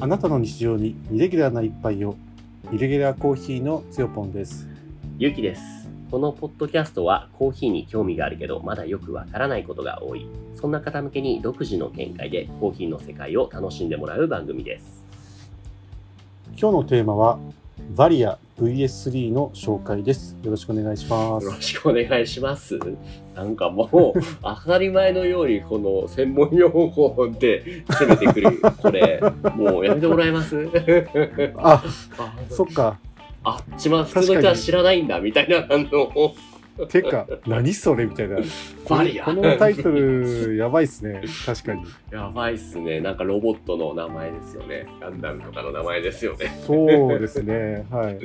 あなたの日常にイレギュラーな一杯をイレギュラーコーヒーのつよぽんですゆきです。このポッドキャストはコーヒーに興味があるけどまだよくわからないことが多いそんな方向けに独自の見解でコーヒーの世界を楽しんでもらう番組です今日のテーマはバリア VS3 の紹介ですよろしくお願いしまよすろしくお願いしますなんかもう当たり前のようにこの専門用語で攻めてくるこれもうやめてもらえますあ、あそっかあっちま普通の人は知らないんだみたいなあのてか何それみたいなバリアこのタイトルやばいっすね確かにやばいっすねなんかロボットの名前ですよねガンダムとかの名前ですよねそうですねはい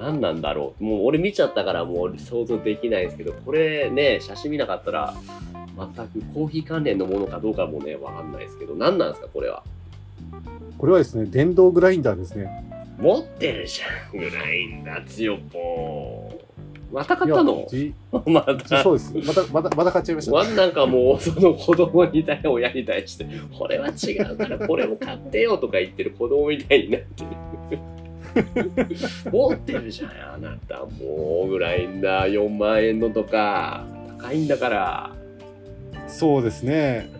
何なんだろうもう俺見ちゃったからもう想像できないですけどこれね写真見なかったら全くコーヒー関連のものかどうかもねわかんないですけど何なんですかこれはこれはですね電動グラインダーですね持ってるじゃんぐらいんだ強ぽまた買ったのいやじ まじたそうですまたまたまた買っちゃいましたわなんかもうその子供に対親に対してこれは違うからこれも買ってよとか言ってる子供みたいになってる持ってるじゃんあなたもうぐらいんだ4万円のとか高いんだからそうですね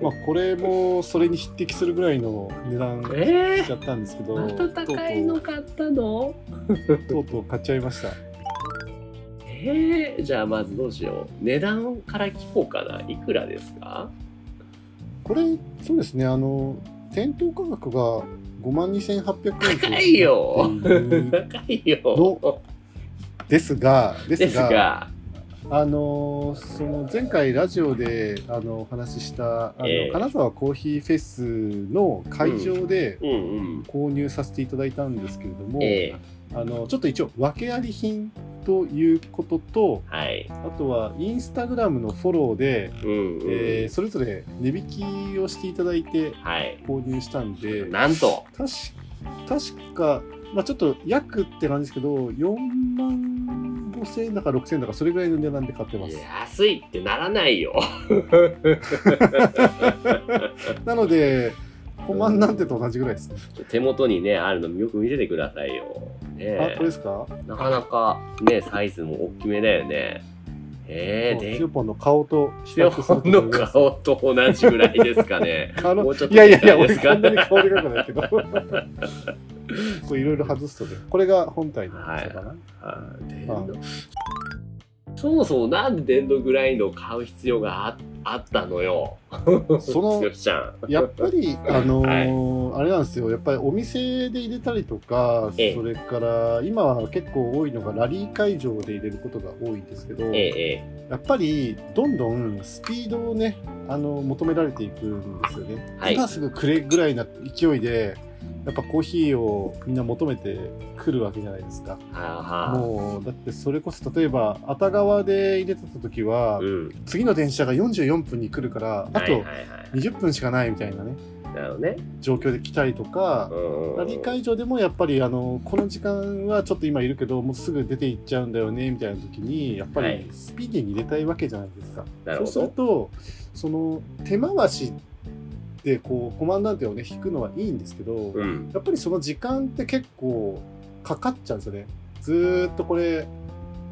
まあこれもそれに匹敵するぐらいの値段えしちゃったんですけどー、また高いの買ったのとうとうとうとう買っちゃいましたえー、じゃあまずどうしよう値段から聞こうかないくらですかこれそうですねあの店頭価格が5万2800円と高いよなっている高いよですがですがですがあのその前回ラジオであのお話ししたあの、ええ金沢コーヒーフェスの会場でうんうん購入させていただいたんですけれども、えあのちょっと一応訳あり品ということとー、はいあとはインスタグラムのフォローで、うんうん、えーそれぞれ値引きをしていただいてはい購入したんでなんと確確か、まあ、ちょっと約って感じですけど4万5千円だか6千円だかそれぐらいの値段で買ってます安いってならないよなので5万なんてと同じぐらいですね、手元にねあるのよく見せてくださいよ、ねあえこれですかなかなかねサイズも大きめだよねえもー、うでシュウポンの顔と比シオ較するンとの顔と同じぐらいですかねあものうちょっといやいやいやで俺すかこんなに顔でかくない けどこれいろいろ外すとねこれが本体の大きさかな、はい電動そもそもなんで電動グラインドを買う必要がああったのよそのよしちゃんやっぱり、あのーあれなんですよ、やっぱりお店で入れたりとか、ええそれから今は結構多いのがラリー会場で入れることが多いんですけど、 えええやっぱりどんどんスピードをね、あの求められていくんですよね。はい今すぐくれぐらいな勢いで、やっぱコーヒーをみんな求めてくるわけじゃないですか。えはもうだってそれこそ例えば、熱川で入れてた時は、あうん次の電車が44分に来るから、あはいはいとはい20分しかないみたいなね。なるほどね状況で来たりとか、うんラリー会場でもやっぱりあのこの時間はちょっと今いるけどもうすぐ出て行っちゃうんだよねみたいな時にやっぱはりいスピーディーに入れたいわけじゃないですか。なるそうほするどとその手回しでこうコマンダンテをね引くのはいいんですけど、うんやっぱりその時間って結構かかっちゃうんですよね。ずーっとこれ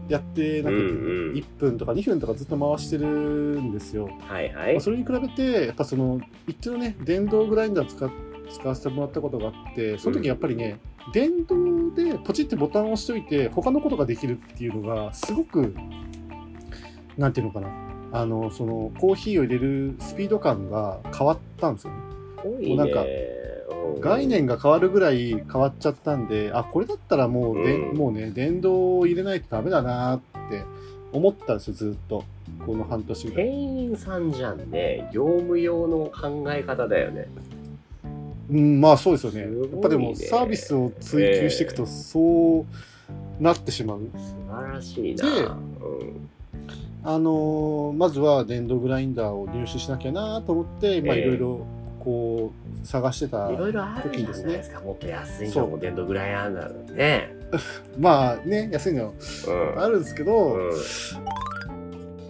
やってなくて、うんうん1分とか2分とかずっと回してるんですよ。はいはいまあそれに比べてやっぱその一応ね電動グラインダー使っ使わせてもらったことがあってその時やっぱりね、電動でポチってボタンを押しといて他のことができるっていうのがすごくなんていうのかなあのそのコーヒーを入れるスピード感が変わったんですよね。多いねもうなんかうん概念が変わるぐらい変わっちゃったんであこれだったらもうで、うんもうね電動を入れないとダメだなって思ったんですよずっとこの半年ぐらい。店員さんじゃんね業務用の考え方だよねうん、まあそうですよね。すごいねやっぱでもサービスを追求していくとそうなってしまう。素晴らしいな、でうん、あのーまずは電動グラインダーを入手しなきゃなと思って、まあええいろいろこう探してた。いろいろあるじゃないですかもっと安いのそも電動ぐらいあるんだろうねまあね、安いのうんあるんですけど、うん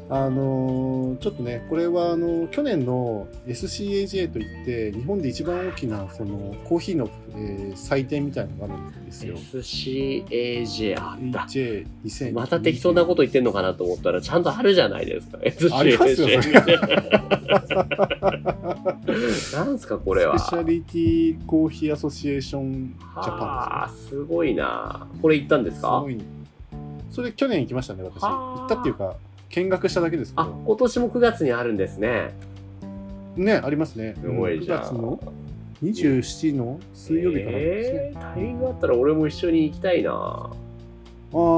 あのーちょっとね、これはあの去年の SCAJ といって、日本で一番大きなそのコーヒーの、えー祭典みたいなのがあるんですよ。 SCAJ あった。 J2020 また適当なこと言ってんのかなと思ったら、ちゃんとあるじゃないですか。ありますよ SCAJ。なん すか、これは。スペシャリティコーヒーアソシエーションジャパンあーすごいな。これ行ったんでですすかごいそれ去年行きましたね私はあ行ったっていうか見学しただけですけあど、今年も9月にあるんですね。ねありますねすごいじゃん9月の27の水曜日からですね、えータイミングあったら俺も一緒に行きたいな。あ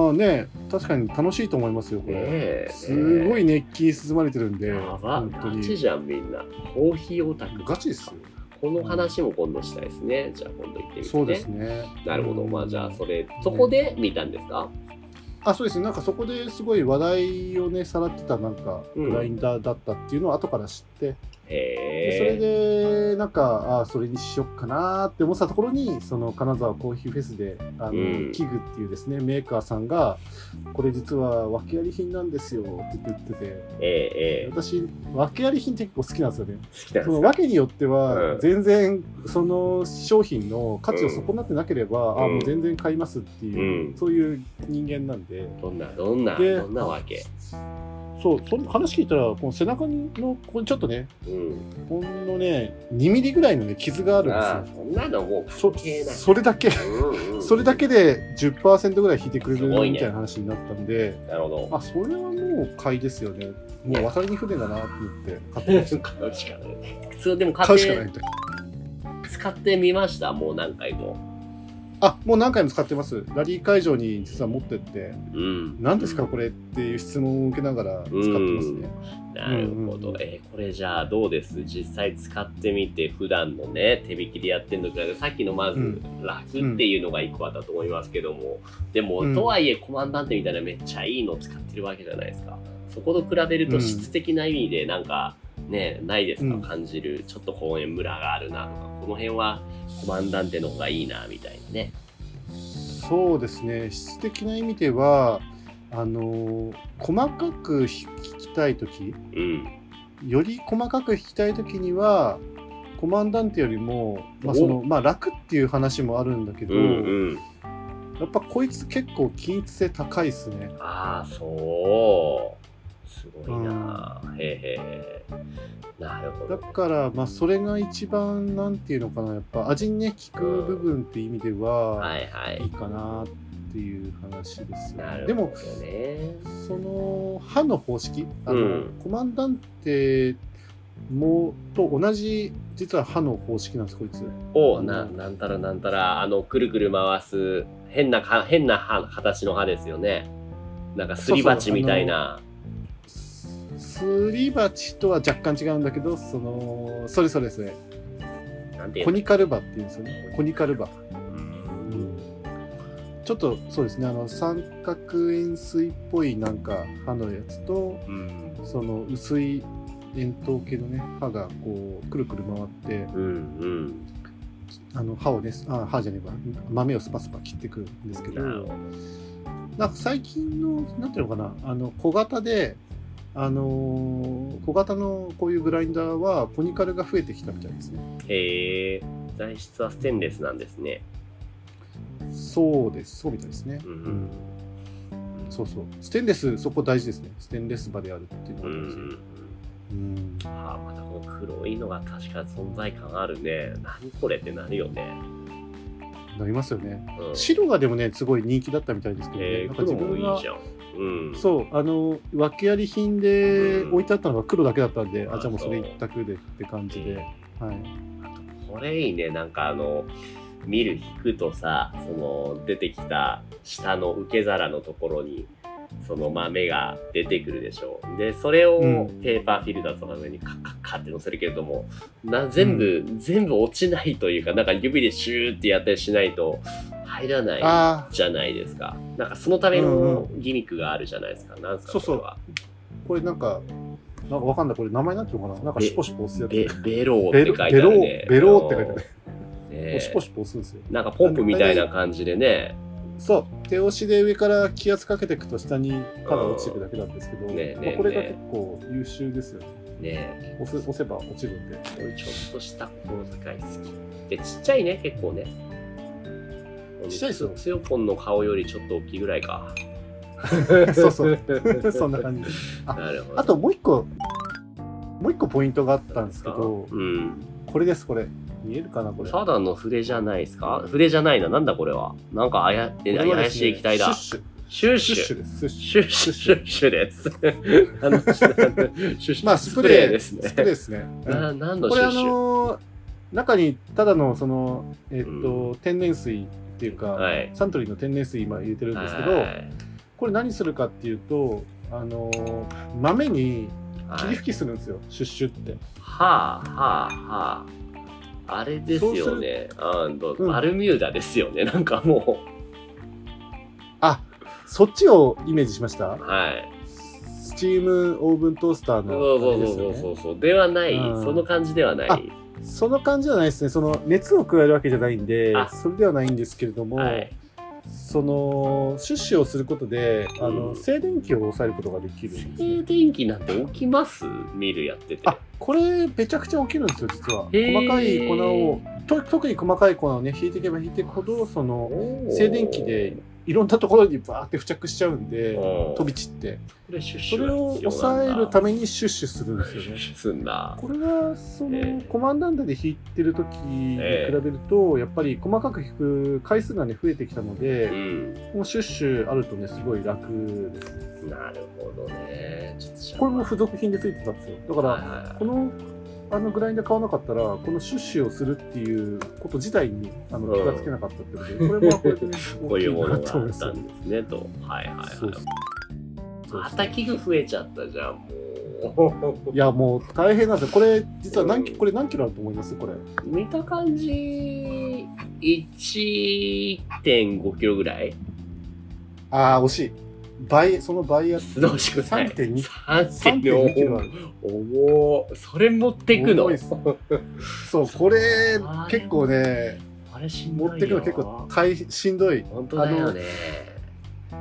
あね確かに楽しいと思いますよこれ、ねえすごい熱気に包まれてるんで、やば、本当ガチにじゃん、みんな。コーヒーオタク。ガチですよこの話も今度したいですね。じゃあ今度行ってみて、ね。そうですねなるほど。まあじゃあそれ、そこで見たんですか、あそうですねなんかそこですごい話題をねさらってたなんかうんグラインダーだったっていうのを後から知って、へでえ。それでなんかあそれにしよっかなーって思ってたところにその金沢コーヒーフェスであの、うん器具っていうですねメーカーさんがこれ実は訳あり品なんですよって言っててええええ私訳あり品って結構好きなんですよね好きなんそのですか訳によってうはん全然その商品の価値を損なってなければ、うんあもう全然買いますっていう、うんそういう人間なんでどんな、どんな、でどんなわけそうその話聞いたらこの背中にのここにちょっとねうん。ほんのね2ミリぐらいの、ね、傷があるんですあよ。そんなのもう関そ係ない。それだけうんうんそれだけで10%ぐらい引いてくれすごいるねみたいな話になったんで、なるほど。あそれはもう買いですよねもう渡りに船だなって言って買 ってまし買うしかない。普通でもた買買うっしかないてみたい使ってみました。もう何回も。あもう何回も使ってますラリー会場に実は持ってってうん。何ですかこれっていう質問を受けながら使ってますねなるほど、うんうんえーこれじゃあどうです実際使ってみて普段のね手引きでやってんのと比べてさっきのまずうん楽っていうのが一個あったと思いますけども、でも、うんとはいえコマンダンテみたいなめっちゃいいの使ってるわけじゃないですかそこと比べるとうん質的な意味でなんかねないですか、うん感じるちょっと公園ムラがあるなとかこの辺はコマンダンテの方がいいなみたいなねそうですね質的な意味ではあの細かく引きたい時うんより細かく弾きたい時にはコマンダンテよりも、まあそのおまあ、楽っていう話もあるんだけど、うんうんやっぱこいつ結構均一性高いですね。ああそうすごいな、へえへえなるほだどから、まあ、それが一番なんていうのかなやっぱ味にね効く部分っていう意味でははいはいいいかなっていう話ですよなね。るでほもどねその歯の方式あの、うんコマンダンテもと同じ実は歯の方式なんですこいつ。おあのななんたらなんたらあのくるくる回す変なか変な歯形の歯ですよねなんかすり鉢みたいなすり鉢とは若干違うんだけどそのそれそれですねなんていうコのニカルバっていうんですよねコニカルバ、うんちょっとそうですねあの三角円錐っぽいなんか歯のやつとうんその薄い円筒形のね歯がこうくるくる回ってうんあの歯をねあ歯じゃねえば豆をスパスパ切ってくるんですけどなるほどなんか最近のなんていうのかなあの小型であのー小型のこういうグラインダーはコニカルが増えてきたみたいですね。へえ材質はステンレスなんですねそうです、そうみたいですね。うんうんそうそう。ステンレス、そこ大事ですね。ステンレス場であるっていうのうがんう大事。んうんうんあーまたこの黒いのが確かに存在感あるね何これってなるよね、なりますよね。うん、白がでもね、すごい人気だったみたいですけどね。えなー、んか自黒も分いいがじゃんうんそう、あの、訳あり品でうん置いてあったのが黒だけだったんで、ああ、じゃあもうそれ一択でって感じで。はい。これいいねなんかあの見る引くとさその出てきた下の受け皿のところにその豆が出てくるでしょうでそれをうんペーパーフィルターとかの上にカッカッカッって乗せるけれどもな全部、全部落ちないというかなんか指でシューってやったりしないと入らないああ、じゃないですか。なんかそのためのギミックがあるじゃないですか。なんですかそうそうここれなんか、なんかわかんない。これ名前なんていうのかななんかシュポシュポ押すやつ。れは。ベベローっベてロ書いてあるね。ベローベローって書いてあるあの。ねえポシュポシュポ押すんですよ。なんかポンプみたいな感じでね、そう手押しで上から気圧かけていくと下にただ落ちていくだけなんですけど、うんねえねえまあ、これがねえ結構優秀ですよねね押す押せば落ちるんでえ、 そういうちょっとした心遣い好き。で、ちっちゃいね、結構ね。ちっちゃいですよつよぽんの顔よりちょっと大きいぐらいか。そう そそんな感じなるほど。あともう一個もう一個ポイントがあったんですけどうん。これですこれ見えるかなこれただの筆じゃないですか筆じゃないな。なんだこれは。なんかあや、えこれはですね怪しい液体だ。シュッシュッシシュッシュですシュュッシュシュッシ ュッシュッシュです。何のシュッシュまあスプレーでスすプレーね。ですね、うんな何のこシれュあッシュのー中にただのそのえっと、天然水っていうか、はいサントリーの天然水今入れてるんですけど、はいこれ何するかっていうとあのー豆に霧吹きするんですよ、シュッシュってはあはあはあ。あれですよね。あの、うんバルミューダですよね。なんかもあそっちをイメージしましたう。はい。スチームオーブントースターそのうそあれうでそうすそようそねうではない、うんその感じではない。あその感じじゃないですねその熱を加えるわけじゃないんであそれではないんですけれども、はい。そのシュッシュをすることであの、うん静電気を抑えることができるんですね静電気なんて起きます見るやってて。あこれめちゃくちゃ起きるんですよ実はへー細かい粉をと特に細かい粉をね引いていけば引いていくほどそのおー静電気でいろんなところにバーって付着しちゃうんでうん飛び散ってこれシュッシそュれがを必要なんだ抑えるためにシュッシュするんですよシュッねシュ すんだ。これがそえのえコマンダンダで弾いてる時に比べるとやっぱり細かく弾く回数がね増えてきたのうでん。このシュッシュあるとねすごい楽ですなるほどね。ちょっとじゃあこれも付属品で付いてたんですよだからはいはいはいこのあのグラインダー買わなかったらこのシュッシュをするっていうこと自体にあのうん気がつけなかったってことで、これもこれでね こういうものがあ大きいなと思いまっすたよんですねと。はいはいはい。そうそうそうまた器具増えちゃったじゃん、もう。いやもう大変なんですよこれ実は何キうんこれ何キロあると思いますこれ見た感じ、1.5キロぐらいああ惜しい倍その倍やどうしくない3.2 3.2 3.2キキロロあるおおそれ持ってくの重いっすそうこれあー結構ねあれしんどい持よってくの結構大変しんどい本当だよね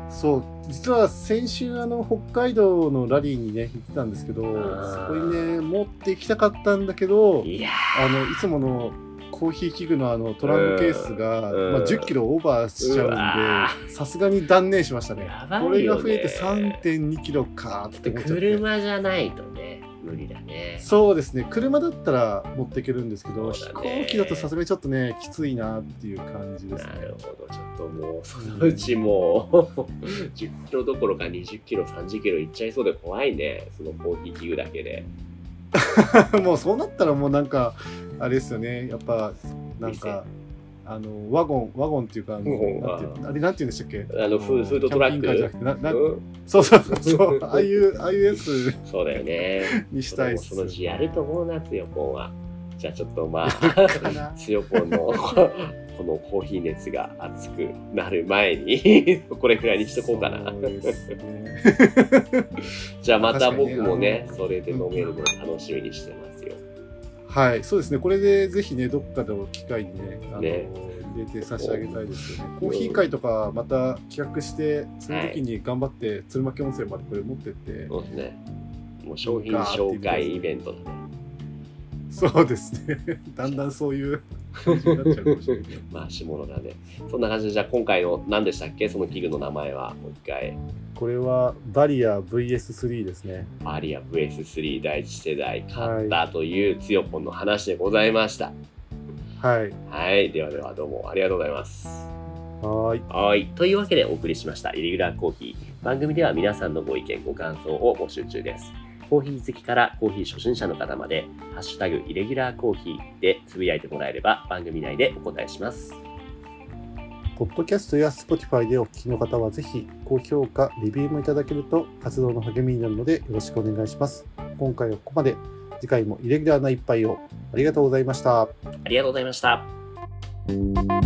そう実は先週あの北海道のラリーにね行ってたんですけどあそこーにね持って行きたかったんだけどいやあのいつものコーヒー器具のあのトランクケースが、うんまあ、1 0キロオーバーしちうわゃうんでさすがに断念しましたーねやばいよねこれが増えて3 2キロかーって思っちゃって車じゃないとね無理だねそうですね車だったら持っていけるんですけど、そ飛うだね行機だとさすがにちょっとねきついなっていう感じですねなるほどちょっともうそのうちもう 10キロどころか20キロ30キロいっちゃいそうで怖いねそのコーヒー器具だけで もうそうなったらもうなんかあれですよねやっぱなんかあのワゴンワゴンっていうかあのうんなんていうあれなんて言うんでしたっけあのフーフードトラックキャンピングカーじゃなくてななうんそうそうそう そうああいうああいうやつそうだよね。に したいっそすのうちやると思うな、つよぽんは。じゃあちょっと まかあ、なつよぽんのこのコーヒー熱が熱くなる前に、 これくらいにしとこうかなそ。ですねじゃあまた確か僕にねもねあ、のそれで飲めるのを楽しみにしてますよ。はい、そうですね。これでぜひね、どっかの機会にね、あの、ね入れて差し上げたいですよね。コーヒー会とか、また企画して、その時に頑張って、鶴巻温泉までこれ持ってって、そうですね。もう商品紹介イベントだね。そうですね。だんだんそういう感じになっちゃうかもしれないけど。回し物だね。そんな感じで、じゃあ今回の何でしたっけその器具の名前は、もう一回。これはバリア VS3 ですね。バリア VS3 第一世代買ったというつよぽんの話でございました。はい。はい、ではではどうもありがとうございます。はーい。はい、というわけでお送りしましたイレギュラーコーヒー。番組では皆さんのご意見、ご感想を募集中です。コーヒー好きからコーヒー初心者の方まで、ハッシュタグイレギュラーコーヒーでつぶやいてもらえれば番組内でお答えします。ポッドキャストや Spotify でお聞きの方は、ぜひ高評価、レビューもいただけると活動の励みになるのでよろしくお願いします。今回はここまで。次回もイレギュラーな一杯を。ありがとうございました。ありがとうございました。 thank you